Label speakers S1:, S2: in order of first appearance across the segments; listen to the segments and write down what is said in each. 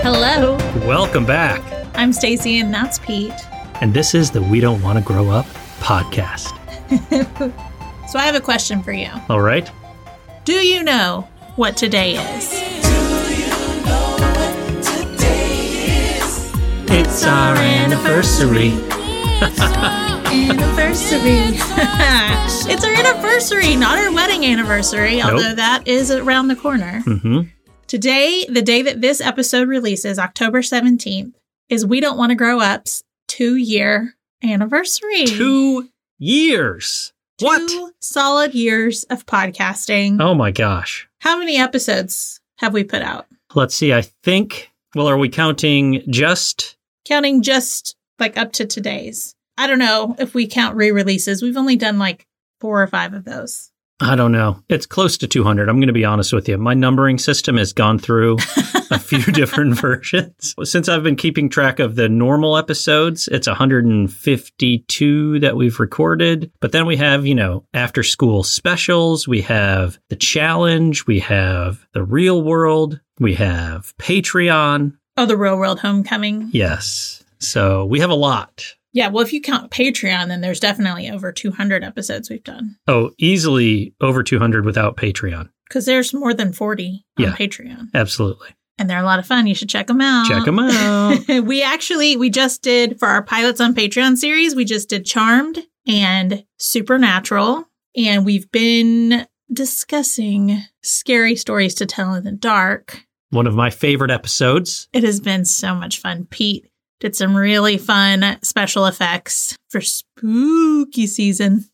S1: Hello,
S2: Welcome back.
S1: I'm Stacy and that's Pete.
S2: And this is the We Don't Want to Grow Up podcast.
S1: So I have a question for you.
S2: All right.
S1: Do you know what today is?
S2: It's our anniversary.
S1: Anniversary. it's our anniversary, not our wedding anniversary, although that is around the corner.
S2: hmm
S1: Today, the day that this episode releases, October 17th, is We Don't Want to Grow Up's two year anniversary.
S2: Two years. What?
S1: Two solid years of podcasting.
S2: Oh my gosh.
S1: How many episodes have we put out?
S2: Let's see. I think, well, are we counting just?
S1: Counting just like up to today's. I don't know if we count re releases. We've only done like four or five of those.
S2: I don't know. It's close to 200. I'm going to be honest with you. My numbering system has gone through a few different versions. Since I've been keeping track of the normal episodes, it's 152 that we've recorded. But then we have, you know, after school specials, we have the challenge, we have the real world, we have Patreon.
S1: Oh, the Real World Homecoming.
S2: Yes. So we have a lot.
S1: Yeah, well, if you count Patreon, then there's definitely over 200 episodes we've done.
S2: Oh, easily over 200 without Patreon.
S1: because there's more than 40 on
S2: Yeah.
S1: Patreon
S2: Absolutely.
S1: and they're a lot of fun. You should check them out.
S2: Check 'em out.
S1: we actually, we just did for our pilots on Patreon series, we just did Charmed and Supernatural. And we've been discussing scary stories to tell in the dark.
S2: One of my favorite episodes.
S1: It has been so much fun. Pete did some really fun special effects for spooky season.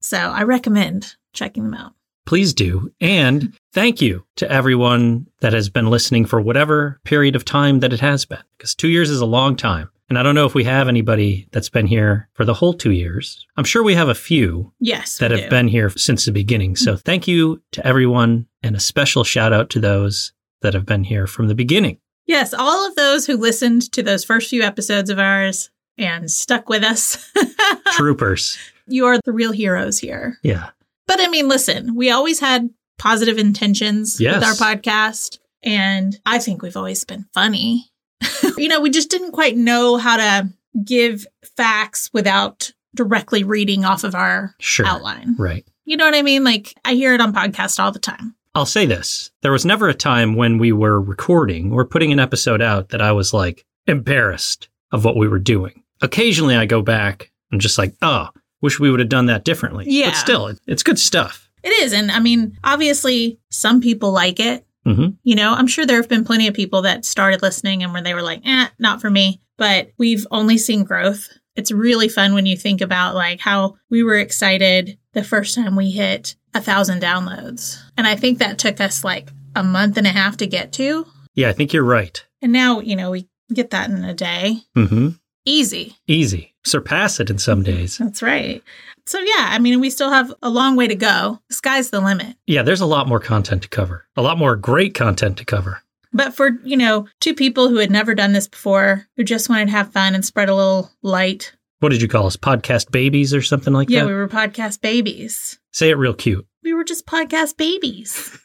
S1: so I recommend checking them out.
S2: please do. And thank you to everyone that has been listening for whatever period of time that it has been, because two years is a long time. And I don't know if we have anybody that's been here for the whole two years. I'm sure we have a few
S1: Yes.
S2: that
S1: we do.
S2: have been here since the beginning. So thank you to everyone and a special shout out to those that have been here from the beginning.
S1: Yes, all of those who listened to those first few episodes of ours and stuck with us.
S2: Troopers.
S1: you are the real heroes here.
S2: Yeah.
S1: But I mean, listen, we always had positive intentions
S2: Yes.
S1: with our podcast. And I think we've always been funny. you know, we just didn't quite know how to give facts without directly reading off of our
S2: Sure.
S1: outline.
S2: Right.
S1: You know what I mean? Like, I hear it on podcasts all the time.
S2: I'll say this. There was never a time when we were recording or putting an episode out that I was like embarrassed of what we were doing. Occasionally I go back and just like, oh, wish we would have done that differently.
S1: Yeah.
S2: But still, it- it's good stuff.
S1: It is. And I mean, obviously, some people like it.
S2: hmm
S1: You know, I'm sure there have been plenty of people that started listening and where they were like, eh, not for me. But we've only seen growth. It's really fun when you think about like how we were excited the first time we hit a thousand downloads. And I think that took us like a month and a half to get to.
S2: Yeah, I think you're right.
S1: And now, you know, we get that in a day.
S2: hmm
S1: Easy.
S2: Easy. Surpass it in some days.
S1: That's right. So, yeah, I mean, we still have a long way to go. The sky's the limit.
S2: Yeah, there's a lot more content to cover, a lot more great content to cover.
S1: But for, you know, two people who had never done this before, who just wanted to have fun and spread a little light
S2: What did you call us? Podcast babies or something like
S1: yeah,
S2: that?
S1: we were podcast babies.
S2: Say it real cute.
S1: We were just podcast babies.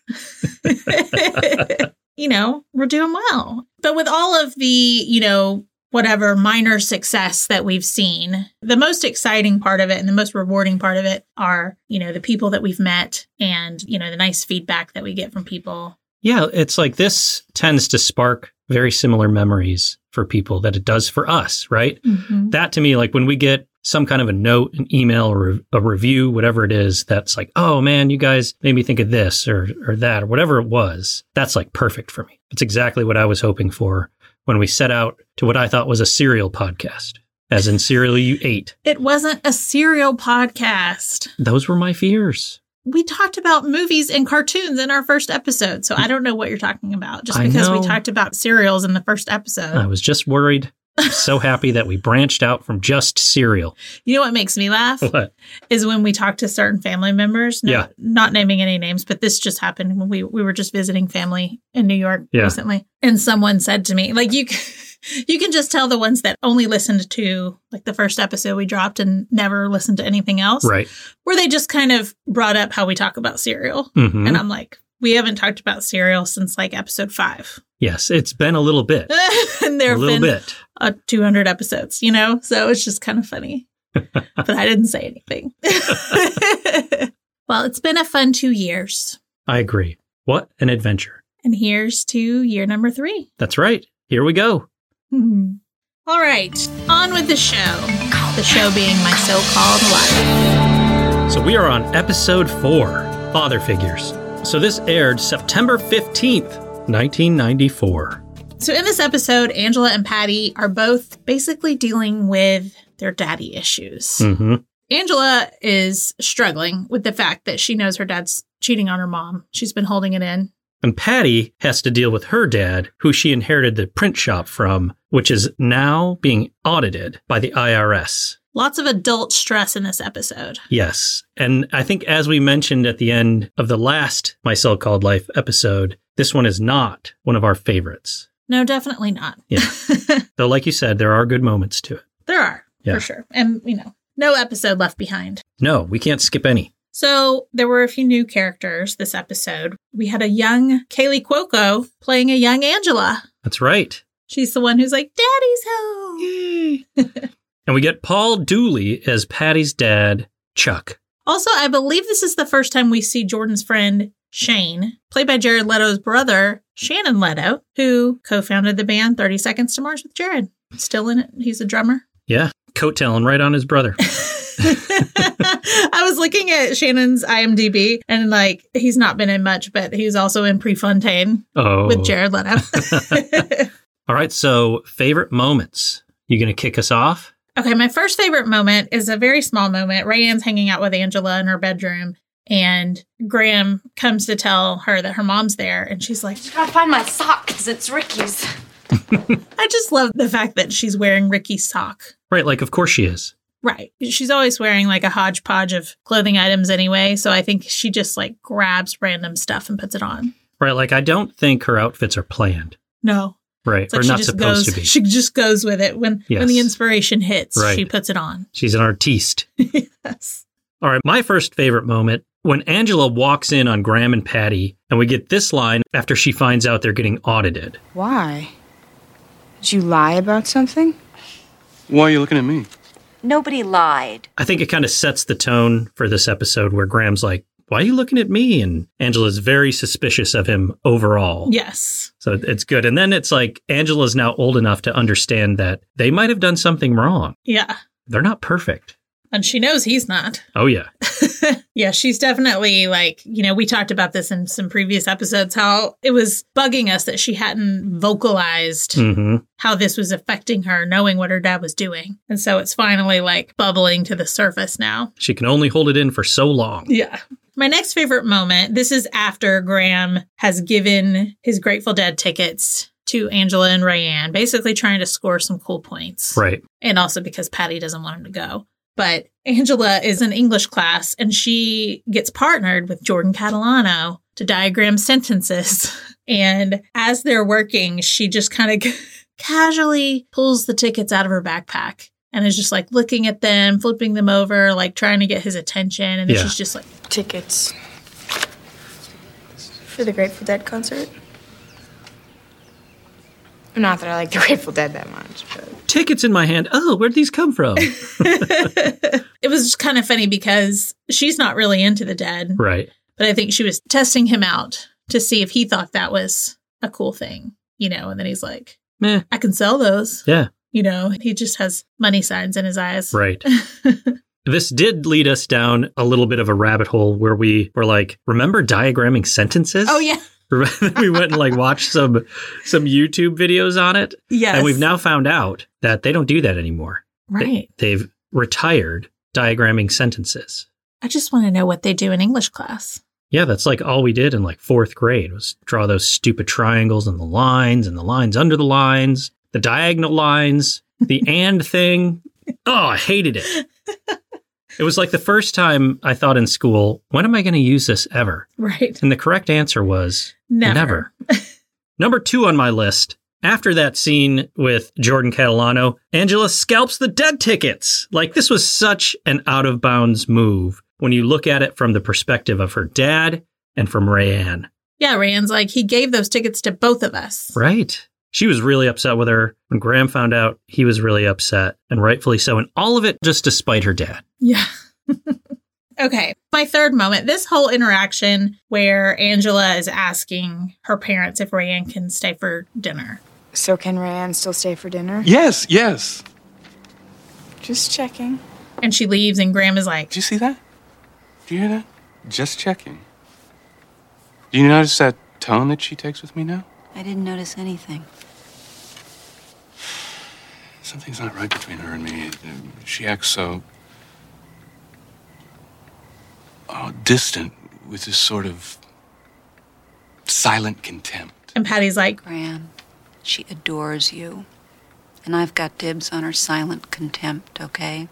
S1: you know, we're doing well. But with all of the, you know, whatever minor success that we've seen, the most exciting part of it and the most rewarding part of it are, you know, the people that we've met and, you know, the nice feedback that we get from people.
S2: Yeah, it's like this tends to spark very similar memories for people that it does for us, right? That to me, like when we get some kind of a note, an email, or a review, whatever it is, that's like, oh man, you guys made me think of this or, or that or whatever it was. That's like perfect for me. It's exactly what I was hoping for when we set out to what I thought was a serial podcast, as in serial you ate.
S1: It wasn't a serial podcast.
S2: Those were my fears.
S1: We talked about movies and cartoons in our first episode. So I don't know what you're talking about just
S2: I
S1: because we
S2: know. Oh.
S1: talked about serials in the first episode.
S2: I was just worried I'm so happy that we branched out from just cereal.
S1: You know what makes me laugh
S2: What?
S1: is when we talk to certain family members. No,
S2: Yeah.
S1: Not naming any names, but this just happened when we, we were just visiting family in New York
S2: Yeah.
S1: recently. And someone said to me, like, you, c- you can just tell the ones that only listened to like the first episode we dropped and never listened to anything else,
S2: Right.
S1: where they just kind of brought up how we talk about cereal.
S2: hmm
S1: And I'm like, we haven't talked about cereal since like episode five.
S2: Yes, it's been a little bit.
S1: and there
S2: A
S1: have
S2: little
S1: been
S2: bit.
S1: Uh, 200 episodes, you know? So it's just kind of funny. but I didn't say anything. well, it's been a fun two years.
S2: I agree. What an adventure.
S1: And here's to year number three.
S2: That's right. Here we go.
S1: Hmm. All right, on with the show. The show being my so called life.
S2: So we are on episode four Father Figures. So this aired September 15th, 1994.
S1: So, in this episode, Angela and Patty are both basically dealing with their daddy issues.
S2: hmm
S1: Angela is struggling with the fact that she knows her dad's cheating on her mom. She's been holding it in.
S2: And Patty has to deal with her dad, who she inherited the print shop from, which is now being audited by the IRS.
S1: Lots of adult stress in this episode.
S2: Yes. And I think, as we mentioned at the end of the last My So Called Life episode, this one is not one of our favorites.
S1: No, definitely not.
S2: Yeah. Though, like you said, there are good moments to it.
S1: There are,
S2: Yeah.
S1: for sure. And, you know, no episode left behind.
S2: No, we can't skip any.
S1: So, there were a few new characters this episode. We had a young Kaylee Cuoco playing a young Angela.
S2: That's right.
S1: She's the one who's like, Daddy's home.
S2: and we get Paul Dooley as Patty's dad, Chuck.
S1: Also, I believe this is the first time we see Jordan's friend Shane, played by Jared Leto's brother, Shannon Leto, who co founded the band 30 Seconds to Mars with Jared. Still in it. He's a drummer.
S2: Yeah, coattailing right on his brother.
S1: I was looking at Shannon's IMDb and like he's not been in much, but he's also in Prefontaine
S2: Oh.
S1: with Jared Leto.
S2: All right. So, favorite moments. You going to kick us off?
S1: Okay, my first favorite moment is a very small moment. Rayanne's hanging out with Angela in her bedroom, and Graham comes to tell her that her mom's there, and she's like,
S3: Gotta find my sock 'cause it's Ricky's.
S1: I just love the fact that she's wearing Ricky's sock.
S2: Right. Like, of course she is.
S1: Right. She's always wearing like a hodgepodge of clothing items anyway, so I think she just like grabs random stuff and puts it on.
S2: Right. Like, I don't think her outfits are planned.
S1: No.
S2: Right.
S1: It's like
S2: or
S1: she
S2: not
S1: just
S2: supposed
S1: goes
S2: to be.
S1: she just goes with it. When when the
S2: Yes.
S1: inspiration hits,
S2: Right.
S1: she puts it on.
S2: She's an artiste.
S1: yes.
S2: All right, my first favorite moment when Angela walks in on Graham and Patty, and we get this line after she finds out they're getting audited.
S4: Why? Did you lie about something?
S5: Why are you looking at me?
S3: Nobody lied.
S2: I think it kind of sets the tone for this episode where Graham's like, Why are you looking at me? And Angela's very suspicious of him overall.
S1: Yes.
S2: So it- it's good. And then it's like Angela's now old enough to understand that they might have done something wrong.
S1: Yeah.
S2: They're not perfect.
S1: And she knows he's not.
S2: Oh, yeah.
S1: yeah, she's definitely like, you know, we talked about this in some previous episodes how it was bugging us that she hadn't vocalized
S2: hmm
S1: how this was affecting her, knowing what her dad was doing. And so it's finally like bubbling to the surface now.
S2: She can only hold it in for so long.
S1: Yeah. My next favorite moment this is after Graham has given his Grateful Dead tickets to Angela and Rayanne, basically trying to score some cool points.
S2: Right.
S1: and also because Patty doesn't want him to go. But Angela is in English class and she gets partnered with Jordan Catalano to diagram sentences. And as they're working, she just kind of casually pulls the tickets out of her backpack and is just like looking at them, flipping them over, like trying to get his attention. And then
S2: Yeah.
S1: she's just like,
S6: tickets for the Grateful Dead concert.
S4: Not that I like the Grateful Dead that much, but
S2: Tickets in my hand. Oh, where'd these come from?
S1: it was just kind of funny because she's not really into the dead,
S2: right.
S1: but I think she was testing him out to see if he thought that was a cool thing, you know. And then he's like,
S2: Meh.
S1: I can sell those,
S2: Yeah.
S1: you know. He just has money signs in his eyes.
S2: Right. this did lead us down a little bit of a rabbit hole where we were like, remember diagramming sentences?
S1: Oh, yeah.
S2: we went and like watched some some YouTube videos on it.
S1: Yes.
S2: And we've now found out that they don't do that anymore.
S1: Right.
S2: They've retired diagramming sentences.
S1: I just want to know what they do in English class.
S2: Yeah, that's like all we did in like fourth grade was draw those stupid triangles and the lines and the lines under the lines, the diagonal lines. the and thing. Oh, I hated it. It was like the first time I thought in school, when am I going to use this ever?
S1: Right.
S2: And the correct answer was
S1: Never.
S2: never. Number two on my list. After that scene with Jordan Catalano, Angela scalps the dead tickets. Like, this was such an out of bounds move when you look at it from the perspective of her dad and from Rayanne.
S1: Yeah, Rand's like, he gave those tickets to both of us.
S2: Right. She was really upset with her. When Graham found out, he was really upset, and rightfully so. And all of it just despite her dad.
S1: Yeah. okay. My third moment this whole interaction where Angela is asking her parents if Rayanne can stay for dinner.
S4: So can Rayanne still stay for dinner?
S5: Yes, yes.
S4: Just checking.
S1: And she leaves, and Graham is like,
S5: Did you see that? Do you hear that? Just checking. Do you notice that tone that she takes with me now?
S3: I didn't notice anything.
S5: Something's not right between her and me. Um, She acts so. Oh, distant with this sort of silent contempt.
S1: and Patty's like,
S3: Graham, she adores you. And I've got dibs on her silent contempt, okay?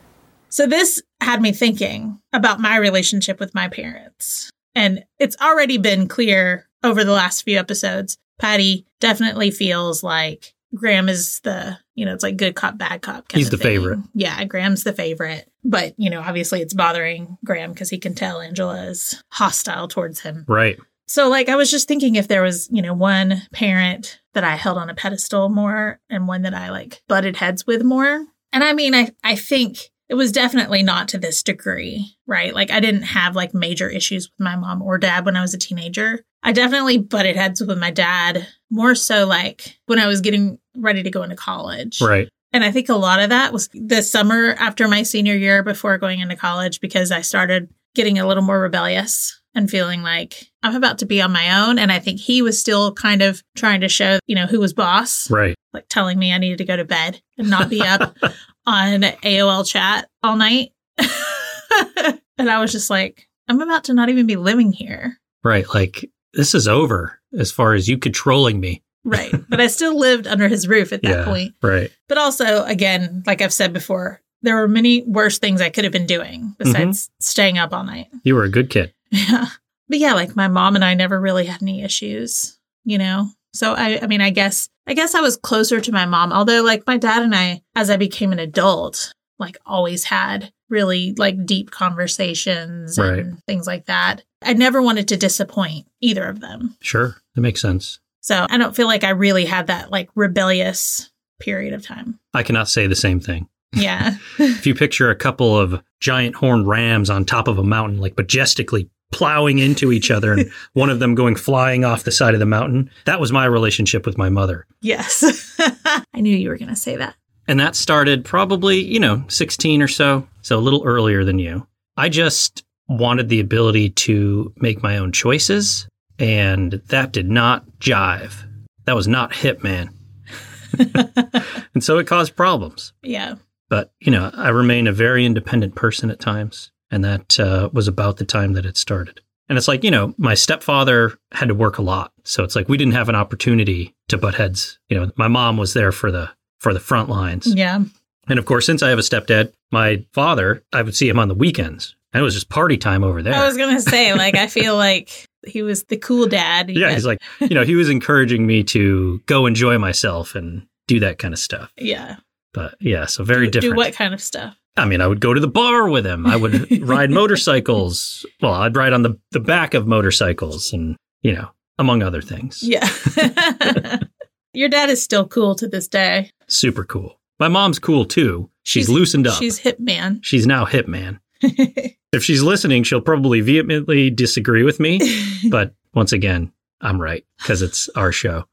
S1: So this had me thinking about my relationship with my parents. And it's already been clear over the last few episodes. Patty definitely feels like Graham is the, you know, it's like good cop, bad cop. Kind
S2: He's
S1: of
S2: the
S1: thing.
S2: favorite.
S1: Yeah, Graham's the favorite. But, you know, obviously it's bothering Graham because he can tell Angela is hostile towards him.
S2: Right.
S1: So, like, I was just thinking if there was, you know, one parent that I held on a pedestal more and one that I like butted heads with more. And I mean, I, I think it was definitely not to this degree, right? Like, I didn't have like major issues with my mom or dad when I was a teenager. I definitely butted heads with my dad more so like when I was getting ready to go into college.
S2: Right.
S1: And I think a lot of that was the summer after my senior year before going into college because I started getting a little more rebellious and feeling like I'm about to be on my own. And I think he was still kind of trying to show, you know, who was boss,
S2: Right.
S1: like telling me I needed to go to bed and not be up on AOL chat all night. and I was just like, I'm about to not even be living here.
S2: Right. Like, this is over as far as you controlling me.
S1: Right. But I still lived under his roof at that point.
S2: Right.
S1: But also, again, like I've said before, there were many worse things I could have been doing besides staying up all night.
S2: You were a good kid.
S1: Yeah. But yeah, like my mom and I never really had any issues, you know? So I I mean, I guess I guess I was closer to my mom, although like my dad and I as I became an adult, like always had really like deep conversations and things like that. I never wanted to disappoint either of them.
S2: Sure. That makes sense.
S1: So I don't feel like I really had that like rebellious period of time.
S2: I cannot say the same thing.
S1: Yeah.
S2: If you picture a couple of giant horned rams on top of a mountain, like majestically plowing into each other and one of them going flying off the side of the mountain, that was my relationship with my mother.
S1: Yes. I knew you were going to say that.
S2: And that started probably, you know, 16 or so, so a little earlier than you. I just wanted the ability to make my own choices, and that did not jive. That was not Hitman. and so it caused problems.
S1: Yeah.
S2: But, you know, I remain a very independent person at times, and that uh, was about the time that it started. And it's like, you know, my stepfather had to work a lot. So it's like we didn't have an opportunity to butt heads. You know, my mom was there for the for the front lines.
S1: Yeah.
S2: And of course, since I have a stepdad, my father, I would see him on the weekends. And it was just party time over there.
S1: I was going to say, like, I feel like he was the cool dad.
S2: yeah, he's like, you know, he was encouraging me to go enjoy myself and do that kind of stuff.
S1: yeah.
S2: But yeah, so very
S1: Do
S2: different.
S1: what kind of stuff?
S2: I mean, I would go to the bar with him. I would ride motorcycles. Well, I'd ride on the, the back of motorcycles and, you know, among other things.
S1: Yeah. Your dad is still cool to this day.
S2: Super cool. My mom's cool too. She's, loosened up.
S1: She's hitman.
S2: She's now Hitman. if she's listening, she'll probably vehemently disagree with me. But once again, I'm right because it's our show.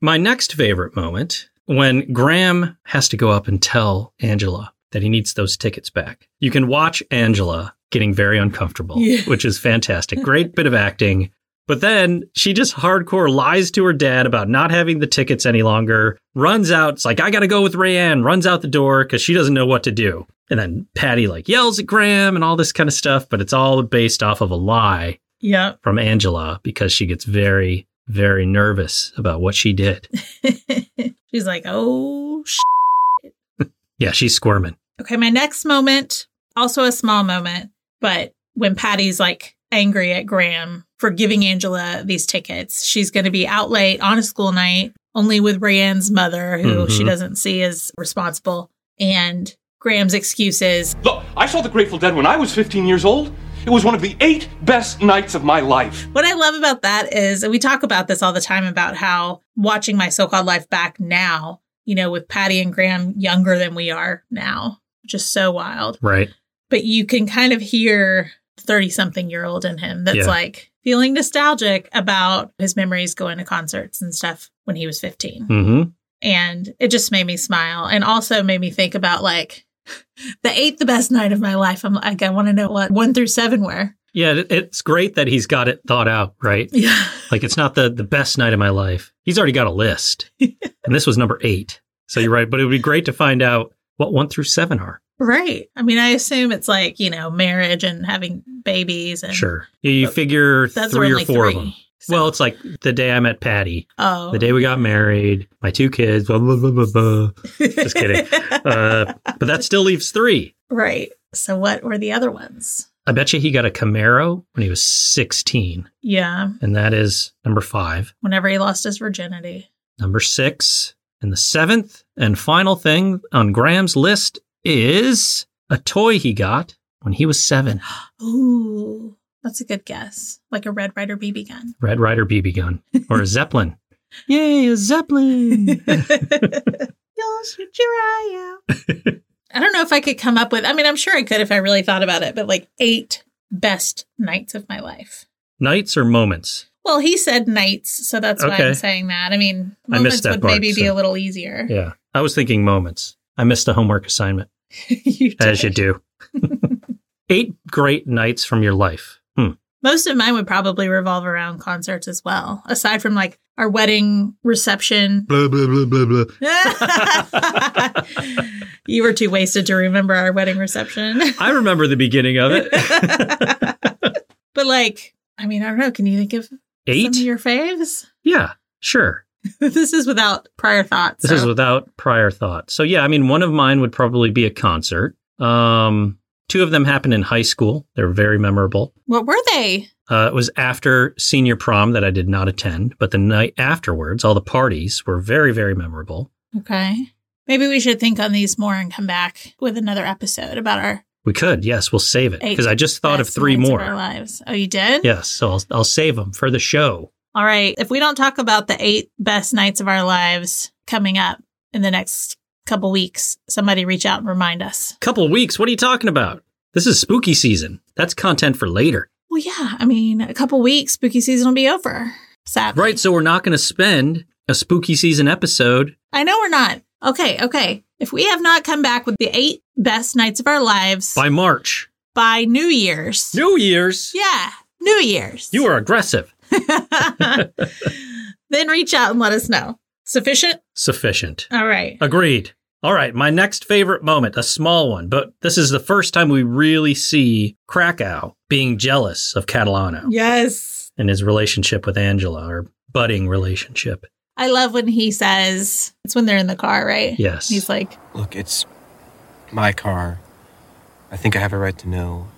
S2: My next favorite moment when Graham has to go up and tell Angela that he needs those tickets back. You can watch Angela getting very uncomfortable,
S1: Yeah.
S2: which is fantastic. Great bit of acting. But then she just hardcore lies to her dad about not having the tickets any longer, runs out. It's like, I got to go with Rayanne, runs out the door because she doesn't know what to do. And then Patty like yells at Graham and all this kind of stuff, but it's all based off of a lie
S1: Yep.
S2: from Angela because she gets very, very nervous about what she did.
S1: She's like, oh, sh-.
S2: Yeah, she's squirming.
S1: okay. My next moment, also a small moment, but when Patty's like angry at Graham for giving Angela these tickets, she's going to be out late on a school night, only with Brienne's mother, who she
S2: Mhm.
S1: doesn't see as responsible. And Graham's excuse is,
S5: Look, I saw The Grateful Dead when I was 15 years old. It was one of the eight best nights of my life.
S1: What I love about that is and we talk about this all the time about how watching my so-called life back now, you know, with Patty and Graham younger than we are now, which is so wild.
S2: Right.
S1: But you can kind of hear 30 something year old in him that's
S2: Yeah.
S1: like feeling nostalgic about his memories going to concerts and stuff when he was 15
S2: hmm
S1: and it just made me smile and also made me think about like the eighth the best night of my life i'm like i want to know what one through seven were
S2: Yeah, it- it's great that he's got it thought out, right?
S1: yeah
S2: Like it's not the the best night of my life. He's already got a list, and this was number eight. So you're right, but it would be great to find out what one through seven are.
S1: right i mean i assume it's like you know marriage and having babies and
S2: Sure, Yeah, you figure
S1: That's
S2: three or
S1: only
S2: four of
S1: three,
S2: them.
S1: so-
S2: Well, it's like the day I met Patty,
S1: oh
S2: the day we got married, my two kids. Blah, blah, blah, blah, blah. Just kidding. Uh, but that still leaves three.
S1: right so what were the other ones
S2: I bet you he got a Camaro when he was 16,
S1: yeah
S2: and that is number five.
S1: whenever he lost his virginity
S2: Number six, and the seventh and final thing on Graham's list is a toy he got when he was seven
S1: ooh that's a good guess like a red rider bb gun
S2: Red Rider BB gun or a Zeppelin. Yay, a Zeppelin!
S1: You'll shoot your eye out. I don't know if I could come up with, I mean, I'm sure I could if I really thought about it, but like eight best nights of my life.
S2: Nights or moments?
S1: Well, he said nights, so that's why
S2: Okay.
S1: I'm saying that. I mean,
S2: I
S1: moments
S2: missed that
S1: would
S2: part,
S1: maybe be
S2: so-
S1: a little easier.
S2: Yeah. I was thinking moments. I missed a homework assignment,
S1: You
S2: as
S1: did.
S2: you do. Eight great nights from your life. Hmm.
S1: Most of mine would probably revolve around concerts as well, aside from like our wedding reception.
S2: Blah, blah, blah, blah, blah.
S1: you were too wasted to remember our wedding reception.
S2: I remember the beginning of it.
S1: But like, I mean, I don't know. Can you think of
S2: Eight?
S1: some of your faves?
S2: yeah, sure.
S1: this is without prior thoughts.
S2: This is without prior thought. So yeah, I mean, one of mine would probably be a concert. Um, two of them happened in high school. They're very memorable.
S1: what were they?
S2: Uh, it was after senior prom that I did not attend, but the night afterwards, all the parties were very, very memorable.
S1: Okay. Maybe we should think on these more and come back with another episode about our
S2: We could, yes, we'll save it
S1: eight
S2: because I just thought of
S1: best
S2: three
S1: nights of
S2: more.
S1: our lives. Oh, you did?
S2: Yes, so I'll, I'll save them for the show.
S1: All right. If we don't talk about the eight best nights of our lives coming up in the next couple weeks, somebody reach out and remind us.
S2: Couple weeks. What are you talking about? This is spooky season. That's content for later,
S1: Well, yeah. I mean, a couple weeks, spooky season will be over. Sadly.
S2: right? So we're not going to spend a spooky season episode.
S1: I know we're not. Okay, okay. If we have not come back with the eight best nights of our lives by,
S2: By March,
S1: New Year's.
S2: New Year's.
S1: yeah, New Year's.
S2: You are aggressive.
S1: then reach out and let us know. Sufficient?
S2: Sufficient.
S1: All right.
S2: Agreed. All right, my next favorite moment, a small one, but this is the first time we really see Krakow being jealous of Catalano
S1: Yes.
S2: and his relationship with Angela, or budding relationship.
S1: I love when he says, it's when they're in the car, right?
S2: Yes.
S1: He's like,
S7: Look, it's my car. I think I have a right to know.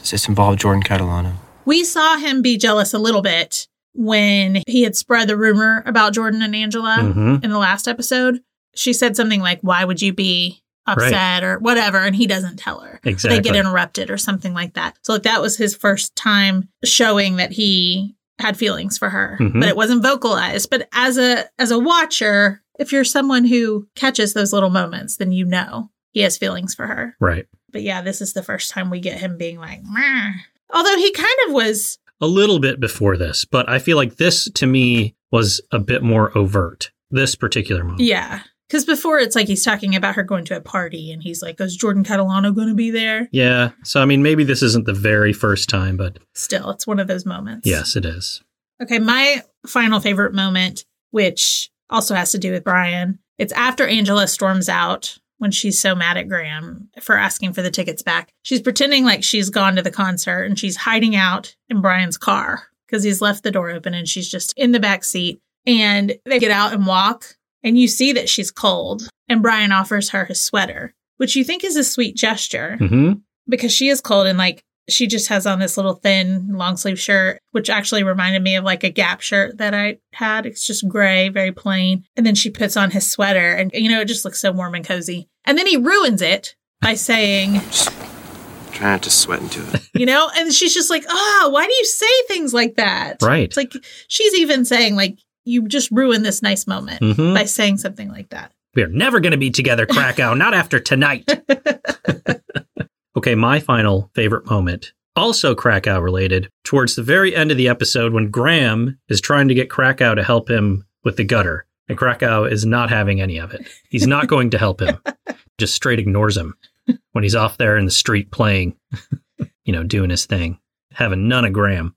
S7: Does this involve Jordan Catalano?
S1: we saw him be jealous a little bit when he had spread the rumor about Jordan and Angela
S2: Mhm.
S1: in the last episode. She said something like, Why would you be upset or whatever? And he doesn't tell her.
S2: Exactly.
S1: They get interrupted or something like that. So like, that was his first time showing that he had feelings for her,
S2: Mhm.
S1: but it wasn't vocalized. But as a as a watcher, if you're someone who catches those little moments, then you know he has feelings for her.
S2: Right.
S1: But yeah, this is the first time we get him being like, "Meh." although he kind of was
S2: A little bit before this, but I feel like this to me was a bit more overt, this particular moment.
S1: Yeah. Because before it's like he's talking about her going to a party and he's like, is Jordan Catalano going to be there?
S2: Yeah. So, I mean, maybe this isn't the very first time, but
S1: Still, it's one of those moments.
S2: yes, it is.
S1: Okay. My final favorite moment, which also has to do with Brian, it's after Angela storms out when she's so mad at Graham for asking for the tickets back. She's pretending like she's gone to the concert and she's hiding out in Brian's car because he's left the door open and she's just in the back seat. and they get out and walk and you see that she's cold and Brian offers her his sweater, which you think is a sweet gesture
S2: hmm
S1: because she is cold and like she just has on this little thin long sleeve shirt, which actually reminded me of like a gap shirt that I had. It's just gray, very plain. And then she puts on his sweater and, you know, it just looks so warm and cozy. And then he ruins it by saying,
S7: Try not to sweat into it.
S1: you know, and she's just like, oh, why do you say things like that?
S2: Right.
S1: It's like she's even saying, like, you just ruined this nice moment
S2: Mhm.
S1: by saying something like that.
S2: We're never going to be together, Krakow, not after tonight. okay, my final favorite moment, also Krakow related, towards the very end of the episode when Graham is trying to get Krakow to help him with the gutter. And Krakow is not having any of it. He's not going to help him, just straight ignores him when he's off there in the street playing, you know, doing his thing, having none of Graham.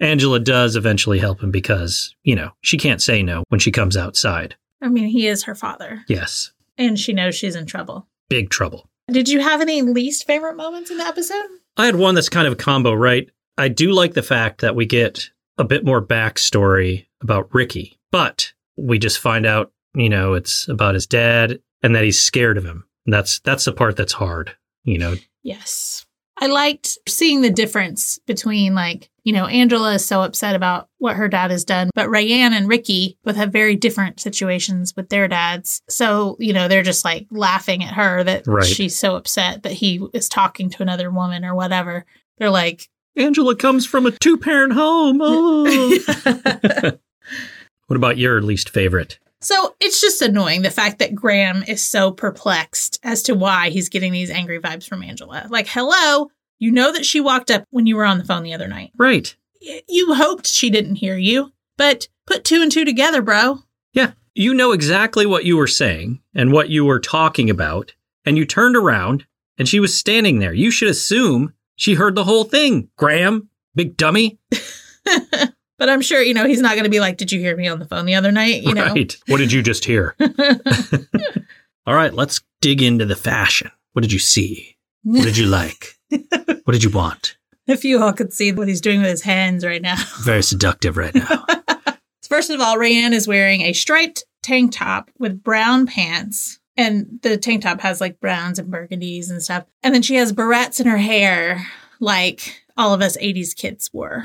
S2: Angela does eventually help him because, you know, she can't say no when she comes outside.
S1: I mean, he is her father
S2: Yes,
S1: and she knows she's in trouble.
S2: big trouble.
S1: Did you have any least favorite moments in the episode?
S2: I had one that's kind of a combo, right? I do like the fact that we get a bit more backstory about Ricky, but we just find out, you know, it's about his dad and that he's scared of him. And that's that's the part that's hard, you know.
S1: Yes. I liked seeing the difference between, like, you know, Angela is so upset about what her dad has done, but Rayanne and Ricky both have very different situations with their dads. So, you know, they're just like laughing at her that
S2: Right.
S1: she's so upset that he is talking to another woman or whatever. They're like,
S2: Angela comes from a two-parent home. Oh. what about your least favorite?
S1: So it's just annoying the fact that Graham is so perplexed as to why he's getting these angry vibes from Angela. Like, hello, you know that she walked up when you were on the phone the other night.
S2: Right.
S1: Y- You hoped she didn't hear you, but put two and two together, bro.
S2: Yeah. You know exactly what you were saying and what you were talking about, and you turned around and she was standing there. You should assume she heard the whole thing. Graham, big dummy.
S1: But I'm sure, you know, he's not going to be like, did you hear me on the phone the other night? You know?
S2: Right. What did you just hear? All right, let's dig into the fashion. What did you see? What did you like? what did you want?
S1: If you all could see what he's doing with his hands right now.
S2: Very seductive right now.
S1: First of all, Rayanne is wearing a striped tank top with brown pants. And the tank top has like browns and burgundies and stuff. And then she has barrettes in her hair, like all of us 80s kids wore.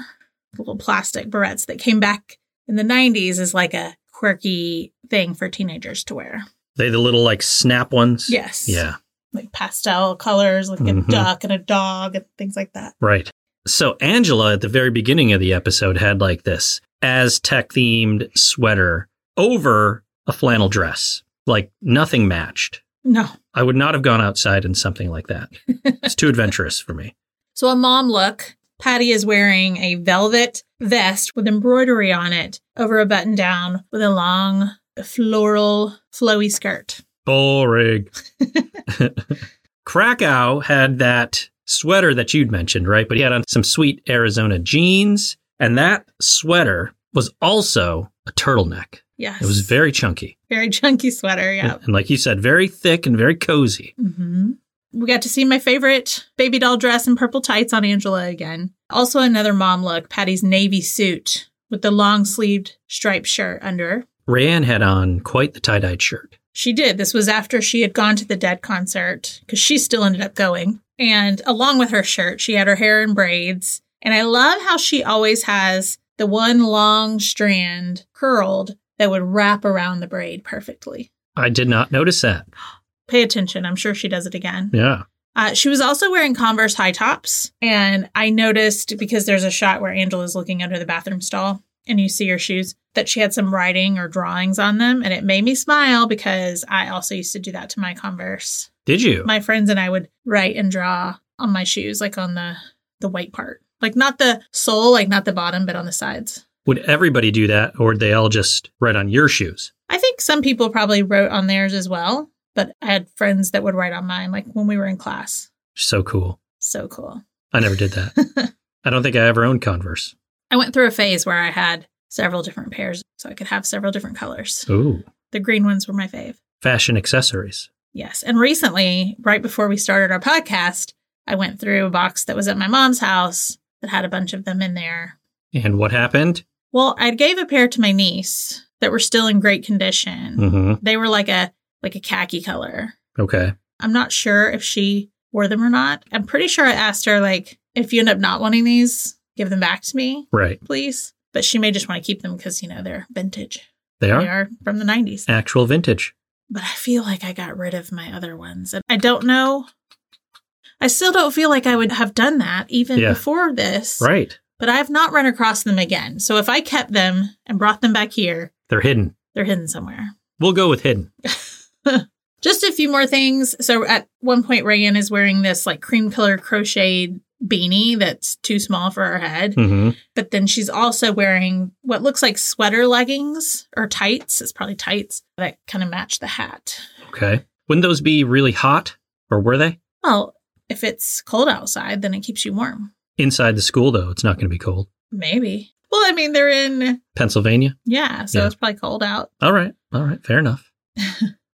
S1: Little plastic barrettes that came back in the 90s as like a quirky thing for teenagers to wear.
S2: they the little like snap ones?
S1: Yes.
S2: Yeah.
S1: Like pastel colors, like
S2: Mhm.
S1: a duck and a dog and things like that.
S2: Right. So Angela at the very beginning of the episode had like this Aztec themed sweater over a flannel dress. Like nothing matched.
S1: No.
S2: I would not have gone outside in something like that. It's too adventurous for me.
S1: So, a mom look. Patty is wearing a velvet vest with embroidery on it over a button down with a long floral flowy skirt.
S2: Boring. Krakow had that sweater that you'd mentioned, right? But he had on some sweet Arizona jeans. And that sweater was also a turtleneck.
S1: Yes.
S2: It was very chunky.
S1: very chunky sweater. Yeah.
S2: And like you said, very thick and very cozy.
S1: hmm We got to see my favorite baby doll dress and purple tights on Angela again. Also, another mom look Patty's navy suit with the long sleeved striped shirt under.
S2: Rayanne had on quite the tie dyed shirt.
S1: She did. This was after she had gone to the Dead concert because she still ended up going. And along with her shirt, she had her hair in braids. And I love how she always has the one long strand curled that would wrap around the braid perfectly.
S2: I did not notice that.
S1: Pay attention. I'm sure she does it again.
S2: Yeah.
S1: Uh, she was also wearing Converse high tops. And I noticed because there's a shot where Angela's looking under the bathroom stall and you see her shoes that she had some writing or drawings on them. And it made me smile because I also used to do that to my Converse.
S2: Did you?
S1: My friends and I would write and draw on my shoes, like on the, the white part, like not the sole, like not the bottom, but on the sides.
S2: would everybody do that or would they all just write on your shoes?
S1: I think some people probably wrote on theirs as well, but I had friends that would write on mine, like when we were in class.
S2: So cool.
S1: So cool.
S2: I never did that. I don't think I ever owned Converse.
S1: I went through a phase where I had several different pairs, so I could have several different colors.
S2: Ooh.
S1: The green ones were my fave.
S2: Fashion accessories.
S1: Yes. And recently, right before we started our podcast, I went through a box that was at my mom's house that had a bunch of them in there.
S2: And what happened?
S1: Well, I gave a pair to my niece that were still in great condition.
S2: Mm-hmm.
S1: They were like a like a khaki color.
S2: Okay.
S1: I'm not sure if she wore them or not. I'm pretty sure I asked her like if you end up not wanting these, give them back to me,
S2: Right.
S1: please. But she may just want to keep them because you know they're vintage.
S2: They
S1: They
S2: are
S1: are from the 90s.
S2: actual vintage.
S1: But I feel like I got rid of my other ones, and I don't know. I still don't feel like I would have done that even
S2: Yeah.
S1: before this.
S2: Right.
S1: But I have not run across them again. So if I kept them and brought them back here,
S2: They're hidden.
S1: they're hidden somewhere.
S2: We'll go with hidden.
S1: Just a few more things. So at one point, Reagan is wearing this like cream color crocheted beanie that's too small for her head.
S2: Mm-hmm.
S1: But then she's also wearing what looks like sweater leggings or tights. It's probably tights that kind of match the hat.
S2: Okay. Wouldn't those be really hot or were they?
S1: Well, if it's cold outside, then it keeps you warm.
S2: Inside the school, though, it's not going to be cold.
S1: Maybe. Well, I mean, they're in,
S2: Pennsylvania?
S1: yeah, so
S2: Yeah.
S1: it's probably cold out.
S2: All right. All right. Fair enough.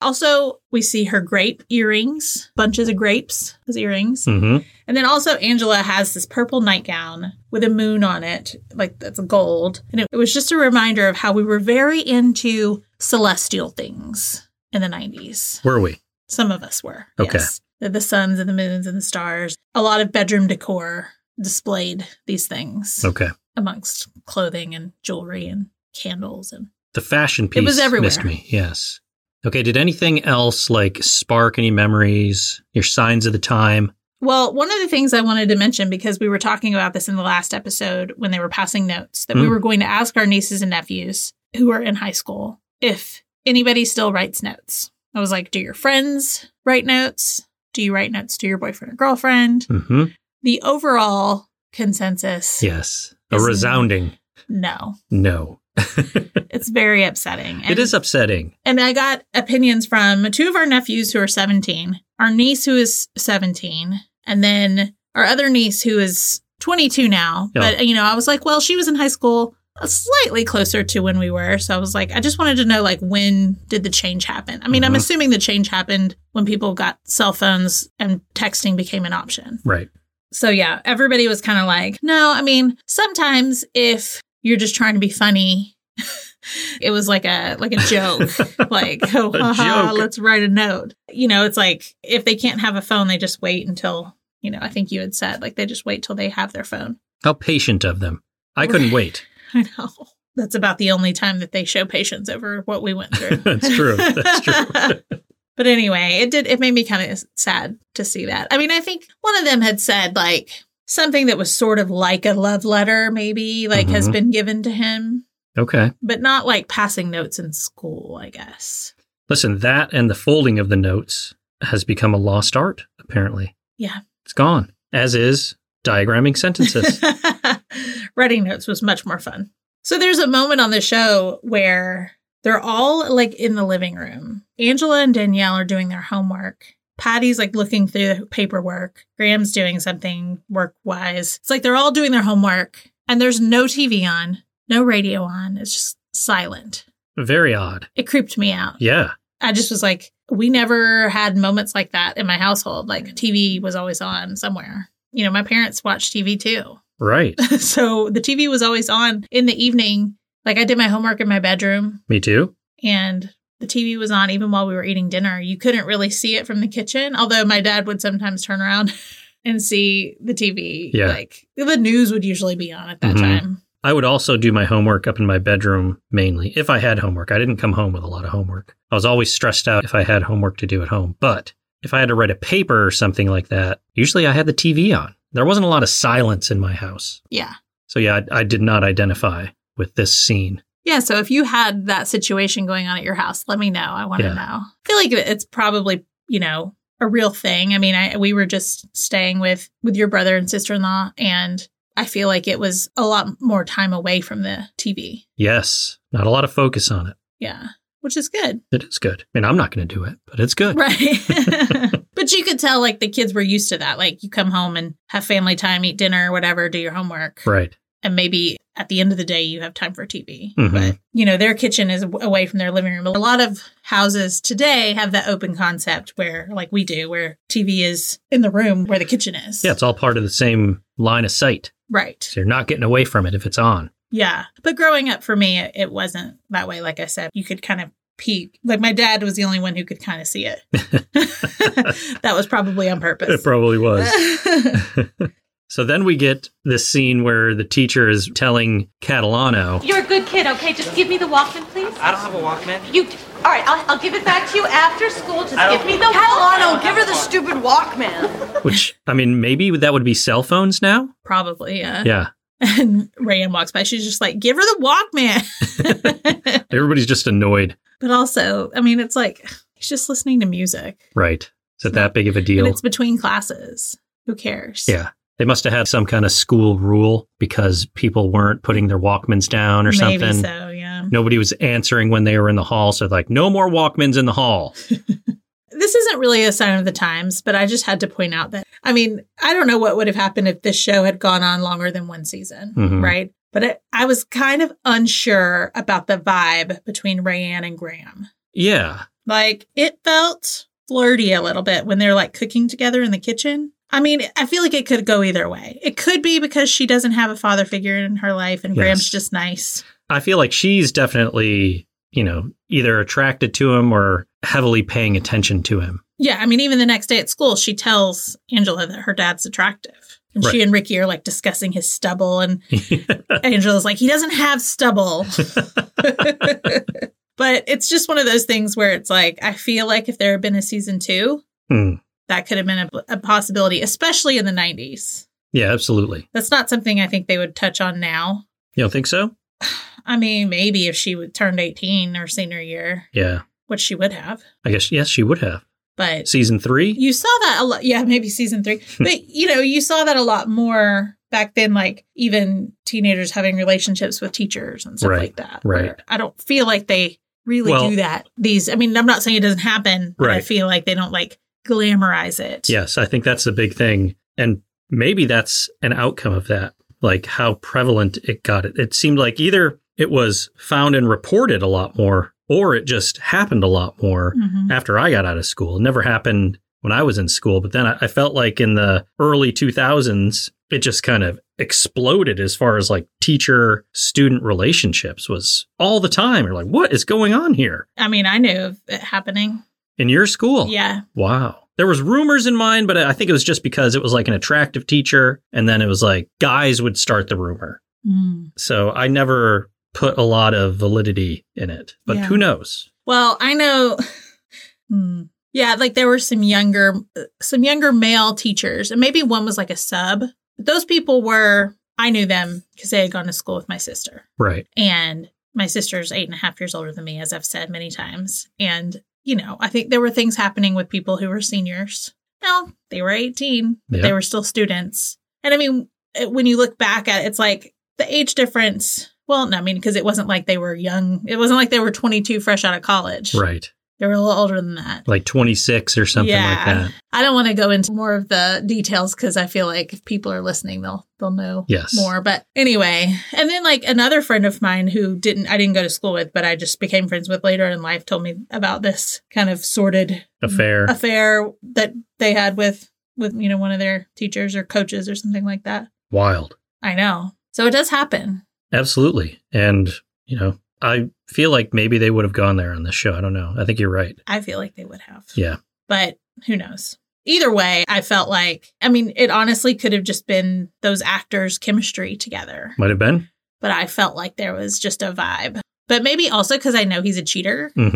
S1: Also, we see her grape earrings, bunches of grapes as earrings.
S2: Mm-hmm.
S1: And then also Angela has this purple nightgown with a moon on it, like that's gold. And it, it was just a reminder of how we were very into celestial things in the 90s.
S2: Were we?
S1: Some of us were.
S2: Okay.
S1: Yes. The, the suns and the moons and the stars. A lot of bedroom decor displayed these things
S2: Okay.
S1: amongst clothing and jewelry and candles and
S2: The fashion piece
S1: was everywhere.
S2: missed me. Yes. Okay. Did anything else like spark any memories, your signs of the time?
S1: Well, one of the things I wanted to mention because we were talking about this in the last episode when they were passing notes that we
S2: Mm.
S1: were going to ask our nieces and nephews who are in high school if anybody still writes notes. I was like, do your friends write notes? Do you write notes to your boyfriend or girlfriend?
S2: Mm-hmm.
S1: The overall consensus
S2: Yes. A
S1: Isn't-
S2: resounding
S1: no.
S2: no.
S1: It's very upsetting.
S2: it is upsetting.
S1: And I got opinions from two of our nephews who are 17, our niece who is 17, and then our other niece who is 22 now.
S2: Yeah.
S1: But, you know, I was like, well, she was in high school uh, slightly closer to when we were. So I was like, I just wanted to know, like, when did the change happen? I mean, I'm
S2: Mhm.
S1: assuming the change happened when people got cell phones and texting became an option.
S2: Right.
S1: So yeah, everybody was kind of like, no, I mean, sometimes if you're just trying to be funny, it was like a like a joke. like, oh,
S2: A
S1: ha, ha,
S2: joke.
S1: let's write a note. You know, it's like if they can't have a phone, they just wait until, you know, I think you had said like they just wait till they have their phone.
S2: How patient of them. I couldn't wait.
S1: I know. That's about the only time that they show patience over what we went through.
S2: That's true. That's true.
S1: But anyway, it did it made me kind of sad to see that. I mean, I think one of them had said like something that was sort of like a love letter maybe like has
S2: Mhm.
S1: been given to him,
S2: Okay.
S1: but not like passing notes in school, I guess.
S2: Listen, that and the folding of the notes has become a lost art, apparently.
S1: Yeah.
S2: It's gone, as is diagramming sentences.
S1: Writing notes was much more fun. So there's a moment on the show where they're all like in the living room. Angela and Danielle are doing their homework. Patty's like looking through the paperwork. Graham's doing something work wise. It's like they're all doing their homework and there's no TV on, no radio on. It's just silent.
S2: Very odd.
S1: It creeped me out.
S2: Yeah.
S1: I just was like, we never had moments like that in my household. Like TV was always on somewhere. You know, my parents watched TV too
S2: Right.
S1: so the TV was always on in the evening. Like I did my homework in my bedroom
S2: Me too.
S1: and the TV was on even while we were eating dinner. You couldn't really see it from the kitchen, although my dad would sometimes turn around and see the TV.
S2: Yeah.
S1: Like the news would usually be on at that
S2: Mhm.
S1: time.
S2: I would also do my homework up in my bedroom mainly if I had homework. I didn't come home with a lot of homework. I was always stressed out if I had homework to do at home. But if I had to write a paper or something like that, usually I had the TV on. There wasn't a lot of silence in my house.
S1: Yeah.
S2: So, yeah, I, I did not identify with this scene.
S1: Yeah. So if you had that situation going on at your house, let me know. I want to
S2: Yeah.
S1: know. I feel like it- it's probably, you know, a real thing. I mean, I we were just staying with with your brother and sister in law, and I feel like it was a lot more time away from the TV.
S2: Yes, not a lot of focus on it.
S1: Yeah, which is good,
S2: It is good. I mean, I'm not going to do it, but it's good.
S1: right? but you could tell like the kids were used to that. Like you come home and have family time, eat dinner, whatever, do your homework,
S2: Right.
S1: and maybe at the end of the day you have time for TV.
S2: Mhm.
S1: But you know, their kitchen is w- away from their living room. A lot of houses today have that open concept where, like we do, where TV is in the room where the kitchen is.
S2: Yeah, it's all part of the same line of sight.
S1: right.
S2: So you're not getting away from it if it's on.
S1: Yeah. But growing up for me, it, it wasn't that way. Like I said, you could kind of peek. Like my dad was the only one who could kind of see it. that was probably on
S2: It
S1: purpose.
S2: probably was. so then we get this scene where the teacher is telling Catalano,
S8: You're a good kid, okay? Just give me the Walkman, please.
S9: I don't have a Walkman.
S8: You. All right, I'll, I'll give it back to you after school. Just give me the
S6: Catalano,
S8: Walkman.
S6: give her the stupid Walkman.
S2: which, I mean, maybe that would be cell phones now.
S1: Probably, yeah.
S2: Yeah.
S1: And Rayanne walks by. She's just like, give her the Walkman.
S2: Everybody's just annoyed.
S1: but also, I mean, it's like, he's just listening to music.
S2: Right. Is it that big of a
S1: And
S2: deal?
S1: it's between classes. Who cares?
S2: Yeah. They must have had some kind of school rule because people weren't putting their Walkmans down or
S1: Maybe
S2: something.
S1: so, yeah.
S2: Nobody was answering when they were in the hall. So, like, no more Walkmans in the hall.
S1: this isn't really a sign of the times, but I just had to point out that I mean, I don't know what would have happened if this show had gone on longer than one season,
S2: Mhm.
S1: right? But it, I was kind of unsure about the vibe between Rayanne and Graham.
S2: Yeah.
S1: Like it felt flirty a little bit when they're like cooking together in the kitchen. I mean, I feel like it could go either way. It could be because she doesn't have a father figure in her life and
S2: Yes.
S1: Graham's just nice.
S2: I feel like she's definitely, you know, either attracted to him or heavily paying attention to him.
S1: Yeah, I mean, even the next day at school, she tells Angela that her dad's attractive. And she
S2: Right.
S1: and Ricky are like discussing his stubble, and Angela's like, he doesn't have stubble. but it's just one of those things where it's like, I feel like if there had been a season two,
S2: Hmm.
S1: that could have been a, a possibility, especially in the 90s.
S2: Yeah, absolutely.
S1: That's not something I think they would touch on now.
S2: You don't think so?
S1: I mean, maybe if she would turned 18 her senior year,
S2: Yeah.
S1: which she would have,
S2: I guess, yes, she would have.
S1: but
S2: Season three?
S1: you saw that a lot yeah maybe season three but you know you saw that a lot more back then like even teenagers having relationships with teachers and stuff
S2: Right,
S1: like that
S2: right.
S1: where i don't feel like they really
S2: Well-
S1: do that these i mean i'm not saying it doesn't happen but i
S2: Right.
S1: feel like they don't like glamorize it
S2: Yes, I think that's the big thing. And maybe that's an outcome of that, like how prevalent it got. It, it seemed like either it was found and reported a lot more, or it just happened a lot more
S1: Mhm.
S2: after I got out of school. It never happened when I was in school, but then I, I felt like in the early 2000s, it just kind of exploded as far as like teacher student relationships was all the time. You're like, what is going on here
S1: i mean i knew of it happening
S2: in your school?
S1: yeah
S2: Wow. There was rumors in mind, but I think it was just because it was like an attractive teacher and then it was like guys would start the rumor.
S1: Mm.
S2: So I never put a lot of validity in it. But
S1: Yeah.
S2: who knows?
S1: well i know Hmm. yeah like there were some younger uh, some younger male teachers and maybe one was like a sub but those people were i knew them because they had gone to school with my sister
S2: Right.
S1: And my sister's eight and a half years older than me, as I've said many times. And, you know, I think there were things happening with people who were seniors. No, they were 18, but they
S2: Yeah.
S1: were still students. And I mean, it- when you look back at it, it's like the age difference. Well, no, I mean, because it wasn't like they were young. It wasn't like they were 22 fresh out of college.
S2: Right.
S1: They were a little older than that.
S2: Like 26 or something like
S1: Yeah.
S2: that.
S1: I don't want to go into more of the details because I feel like if people are listening, they'll they'll know
S2: Yes.
S1: more. But anyway, and then like another friend of mine who didn't I didn't go to school with, but I just became friends with later in life told me about this kind of sordid Mm-hmm.
S2: Affair.
S1: affair that they had with with you know one of their teachers or coaches or something like that.
S2: Wild.
S1: I know, so it does happen.
S2: Absolutely. And, you know, I feel like maybe they would have gone there on this show. I don't know. I think you're right.
S1: I feel like they would have.
S2: Yeah.
S1: but who knows? Either way, I felt like, I mean, it honestly could have just been those actors' chemistry together.
S2: Might have been.
S1: but I felt like there was just a vibe. But maybe also because I know he's a cheater,
S2: hmm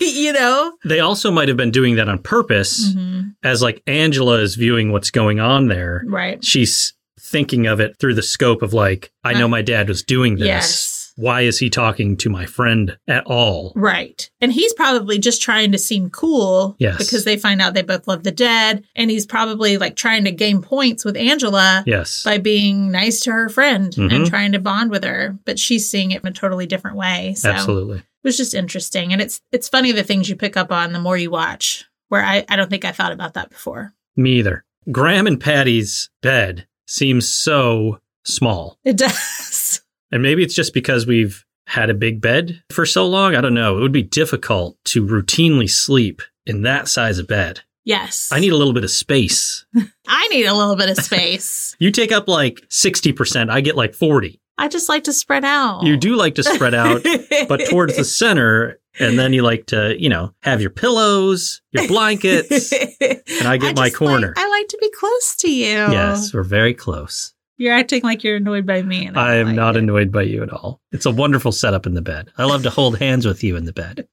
S1: you know?
S2: they also might have been doing that on purpose
S1: Mm-hmm.
S2: as like Angela is viewing what's going on there.
S1: Right.
S2: she's thinking of it through the scope of like, I know my dad was doing this.
S1: Uh, Yes.
S2: Why is he talking to my friend at all?
S1: Right. And he's probably just trying to seem cool
S2: Yes.
S1: because they find out they both love the dead. And he's probably like trying to gain points with Angela
S2: Yes.
S1: by being nice to her friend and
S2: Mhm.
S1: trying to bond with her. But she's seeing it in a totally different way. So
S2: Absolutely.
S1: it was just interesting. And it's it's funny the things you pick up on the more you watch, where I, I don't think I thought about that before.
S2: Me either. Graham and Patty's bed seems so small.
S1: It does.
S2: And maybe it's just because we've had a big bed for so long. I don't know. It would be difficult to routinely sleep in that size of bed.
S1: yes.
S2: I need a little bit of space.
S1: I need a little bit of space.
S2: You take up like 60%, I get like 40.
S1: I just like to spread out.
S2: You do like to spread out, but towards the center. And then you like to, you know, have your pillows, your blankets.
S1: and
S2: I get my corner.
S1: I like to be close to you.
S2: yes, we're very close.
S1: You're acting like you're annoyed by me. And
S2: I am not
S1: annoyed.
S2: annoyed by you at all. It's a wonderful setup in the bed. I love to hold hands with you in the bed.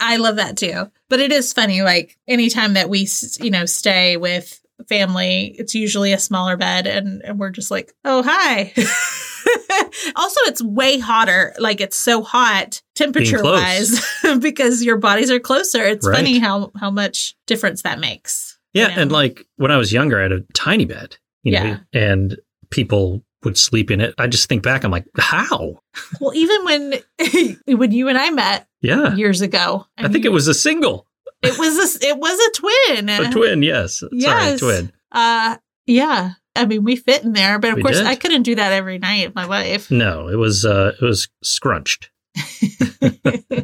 S1: I love that too. But it is funny. Like anytime that we, s- you know, stay with family, it's usually a smaller bed, and, and we're just like, oh hi. also, it's way hotter. Like it's so hot temperature wise because your bodies are closer. It's
S2: Right.
S1: funny how how much difference that makes. you
S2: Yeah,
S1: know?
S2: and like when I was younger, I had a tiny bed, you
S1: Yeah.
S2: know, and people would sleep in it. I just think back, I'm like, how?
S1: well, even when when you and I met
S2: Yeah,
S1: years ago,
S2: I think it was a single,
S1: it was a, it was a twin.
S2: a twin. Yes,
S1: Yes.
S2: sorry, twin.
S1: Uh, yeah. I mean, we fit in there, but of
S2: We
S1: course,
S2: did.
S1: I couldn't do that every night of my life.
S2: No, it was uh, it was scrunched.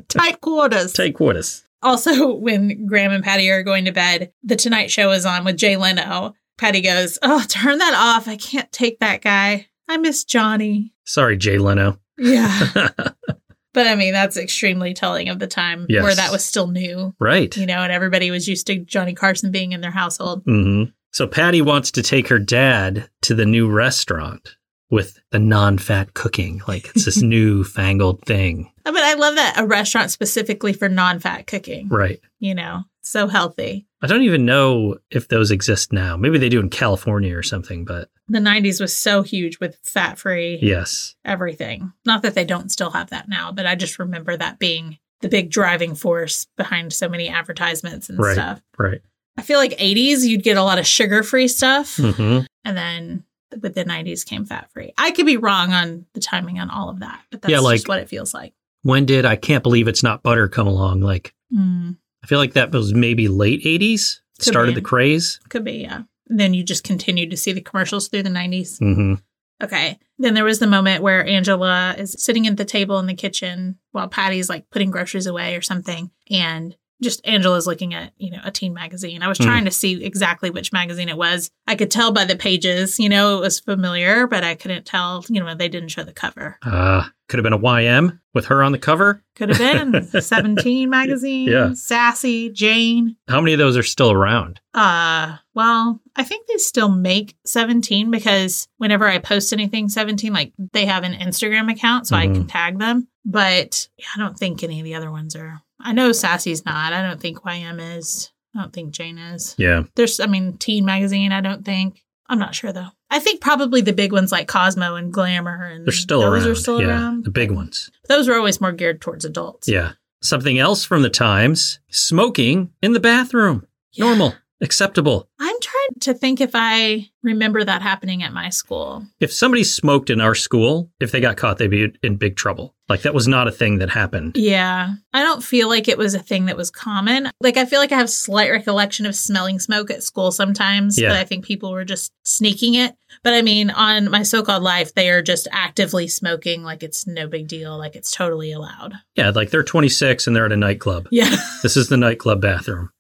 S1: Tight quarters.
S2: Take quarters.
S1: also, when Graham and Patty are going to bed, the Tonight Show is on with Jay Leno. Patty goes, "Oh, turn that off! I can't take that guy. I miss Johnny."
S2: Sorry, Jay Leno.
S1: Yeah, but I mean, that's extremely telling of the time
S2: Yes.
S1: where that was still new,
S2: right.
S1: you know, and everybody was used to Johnny Carson being in their household.
S2: hmm So Patty wants to take her dad to the new restaurant with the non-fat cooking. Like it's this new fangled thing,
S1: Oh, I mean, I love that a restaurant specifically for non-fat cooking.
S2: right?
S1: You know, so healthy.
S2: I don't even know if those exist now. Maybe they do in California or something, but
S1: the 90s was so huge with fat free
S2: yes.
S1: everything. Not that they don't still have that now, but I just remember that being the big driving force behind so many advertisements and
S2: Right.
S1: stuff.
S2: Right.
S1: I feel like 80s, you'd get a lot of sugar free stuff.
S2: hmm
S1: And then with the 90s came fat free. I could be wrong on the timing on all of that, but that's
S2: Yeah,
S1: just
S2: like-
S1: what it feels like.
S2: When did I Can't Believe It's Not Butter come along? Like,
S1: Mm,
S2: I feel like that was maybe late 80s,
S1: Could
S2: started
S1: be.
S2: the craze.
S1: could be, yeah. And then you just continued to see the commercials through the 90s.
S2: hmm
S1: Okay. Then there was the moment where Angela is sitting at the table in the kitchen while Patty's like putting groceries away or something. And just Angela's looking at, you know, a teen magazine. I was
S2: Hmm.
S1: trying to see exactly which magazine it was. I could tell by the pages, you know, it was familiar, but I couldn't tell, you know, they didn't show the cover.
S2: Uh, could have been a YM with her on the cover.
S1: Could have been 17 magazine,
S2: Yeah.
S1: Sassy, Jane.
S2: How many of those are still around?
S1: Uh, well, I think they still make 17 because whenever I post anything 17, like they have an Instagram account, so
S2: Mm-hmm.
S1: I can tag them. But yeah, I don't think any of the other ones are. I know Sassy's not. I don't think YM is. I don't think Jane is.
S2: Yeah.
S1: There's, I mean, Teen Magazine, I don't think. I'm not sure though. I think probably the big ones like Cosmo and Glamour and
S2: They're still
S1: those
S2: around.
S1: are still
S2: yeah.
S1: around.
S2: The big ones.
S1: Those were always more geared towards adults.
S2: Yeah. Something else from the times smoking in the bathroom.
S1: Yeah.
S2: Normal, acceptable.
S1: I'm trying to think if I remember that happening at my school.
S2: If somebody smoked in our school, if they got caught, they'd be in big trouble. Like that was not a thing that happened.
S1: Yeah. I don't feel like it was a thing that was common. Like, I feel like I have slight recollection of smelling smoke at school sometimes,
S2: Yeah.
S1: but I think people were just sneaking it. But I mean, on my so called life, they are just actively smoking like it's no big deal, like it's totally allowed.
S2: Yeah, like they're 26 and they're at a nightclub.
S1: Yeah.
S2: This is the nightclub bathroom.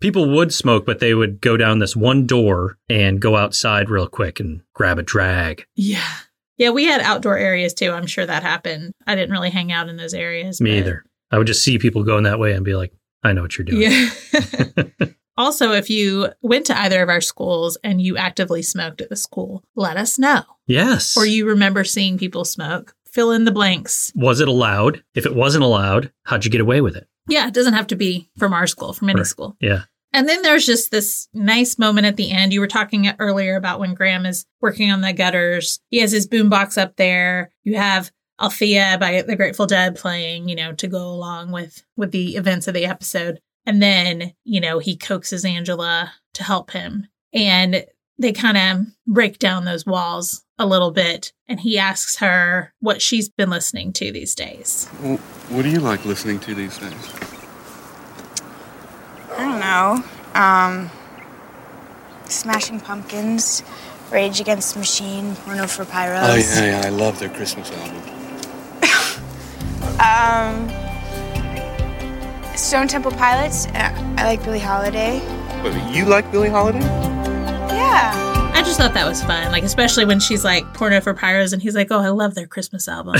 S2: People would smoke, but they would go down this one door and go outside real quick and grab a drag.
S1: Yeah. Yeah. We had outdoor areas too. I'm sure that happened. I didn't really hang out in those areas.
S2: Me
S1: but-
S2: either. I would just see people going that way and be like, I know what you're doing.
S1: Yeah. also, if you went to either of our schools and you actively smoked at the school, let us know.
S2: Yes.
S1: or you remember seeing people smoke, fill in the blanks.
S2: was it allowed? If it wasn't allowed, how'd you get away with it?
S1: Yeah, it doesn't have to be from our school, from any
S2: Right.
S1: school.
S2: Yeah.
S1: And then there's just this nice moment at the end. You were talking earlier about when Graham is working on the gutters. He has his boombox up there. You have Althea by the Grateful Dead playing, you know, to go along with with the events of the episode. And then, you know, he coaxes Angela to help him. And they kind of break down those walls a little bit. And he asks her what she's been listening to these days.
S5: Well, what do you like listening to these days?
S4: I don't know. Um, Smashing Pumpkins, Rage Against the Machine, Porno for Pyros.
S5: Oh yeah, yeah, I love their Christmas album.
S4: Um, Stone Temple Pilots. Uh, I like Billie Holiday.
S5: Wait, you like Billie Holiday?
S4: Yeah.
S1: I just thought that was fun. Like, especially when she's like porno for pyros and he's like, oh, I love their Christmas album.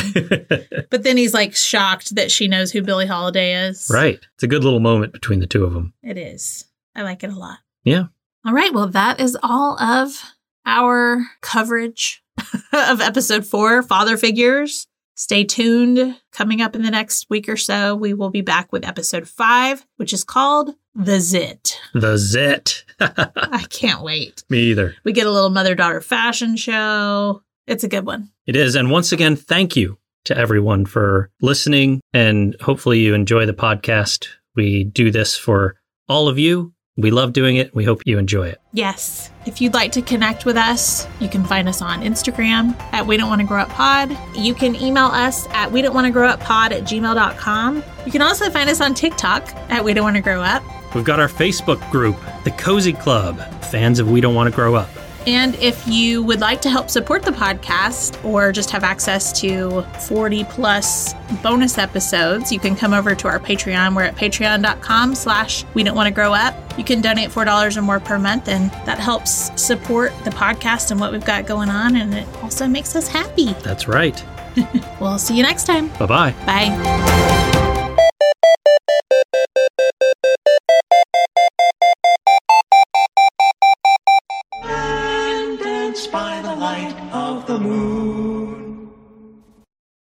S1: but then he's like shocked that she knows who Billie Holiday is.
S2: Right. It's a good little moment between the two of them.
S1: It is. I like it a lot.
S2: Yeah.
S1: All right. Well, that is all of our coverage of episode four, Father Figures. Stay tuned. Coming up in the next week or so, we will be back with episode five, which is called The Zit.
S2: The zit.
S1: I can't wait.
S2: Me either.
S1: We get a little mother daughter fashion show. It's a good one.
S2: It is. And once again, thank you to everyone for listening. And hopefully you enjoy the podcast. We do this for all of you. We love doing it. We hope you enjoy it.
S1: Yes. If you'd like to connect with us, you can find us on Instagram at We Don't Want to Grow Up Pod. You can email us at We Don't Want to Grow Up Pod at gmail.com. You can also find us on TikTok at We Don't Want to Grow Up.
S2: We've got our Facebook group, The Cozy Club, fans of We Don't Want to Grow Up.
S1: And if you would like to help support the podcast or just have access to 40 plus bonus episodes, you can come over to our Patreon. We're at patreon.com slash we don't want to grow up. You can donate $4 or more per month, and that helps support the podcast and what we've got going on. And it also makes us happy.
S2: That's right.
S1: We'll see you next time.
S2: Bye bye.
S1: Bye.
S9: and dance by the light of the moon.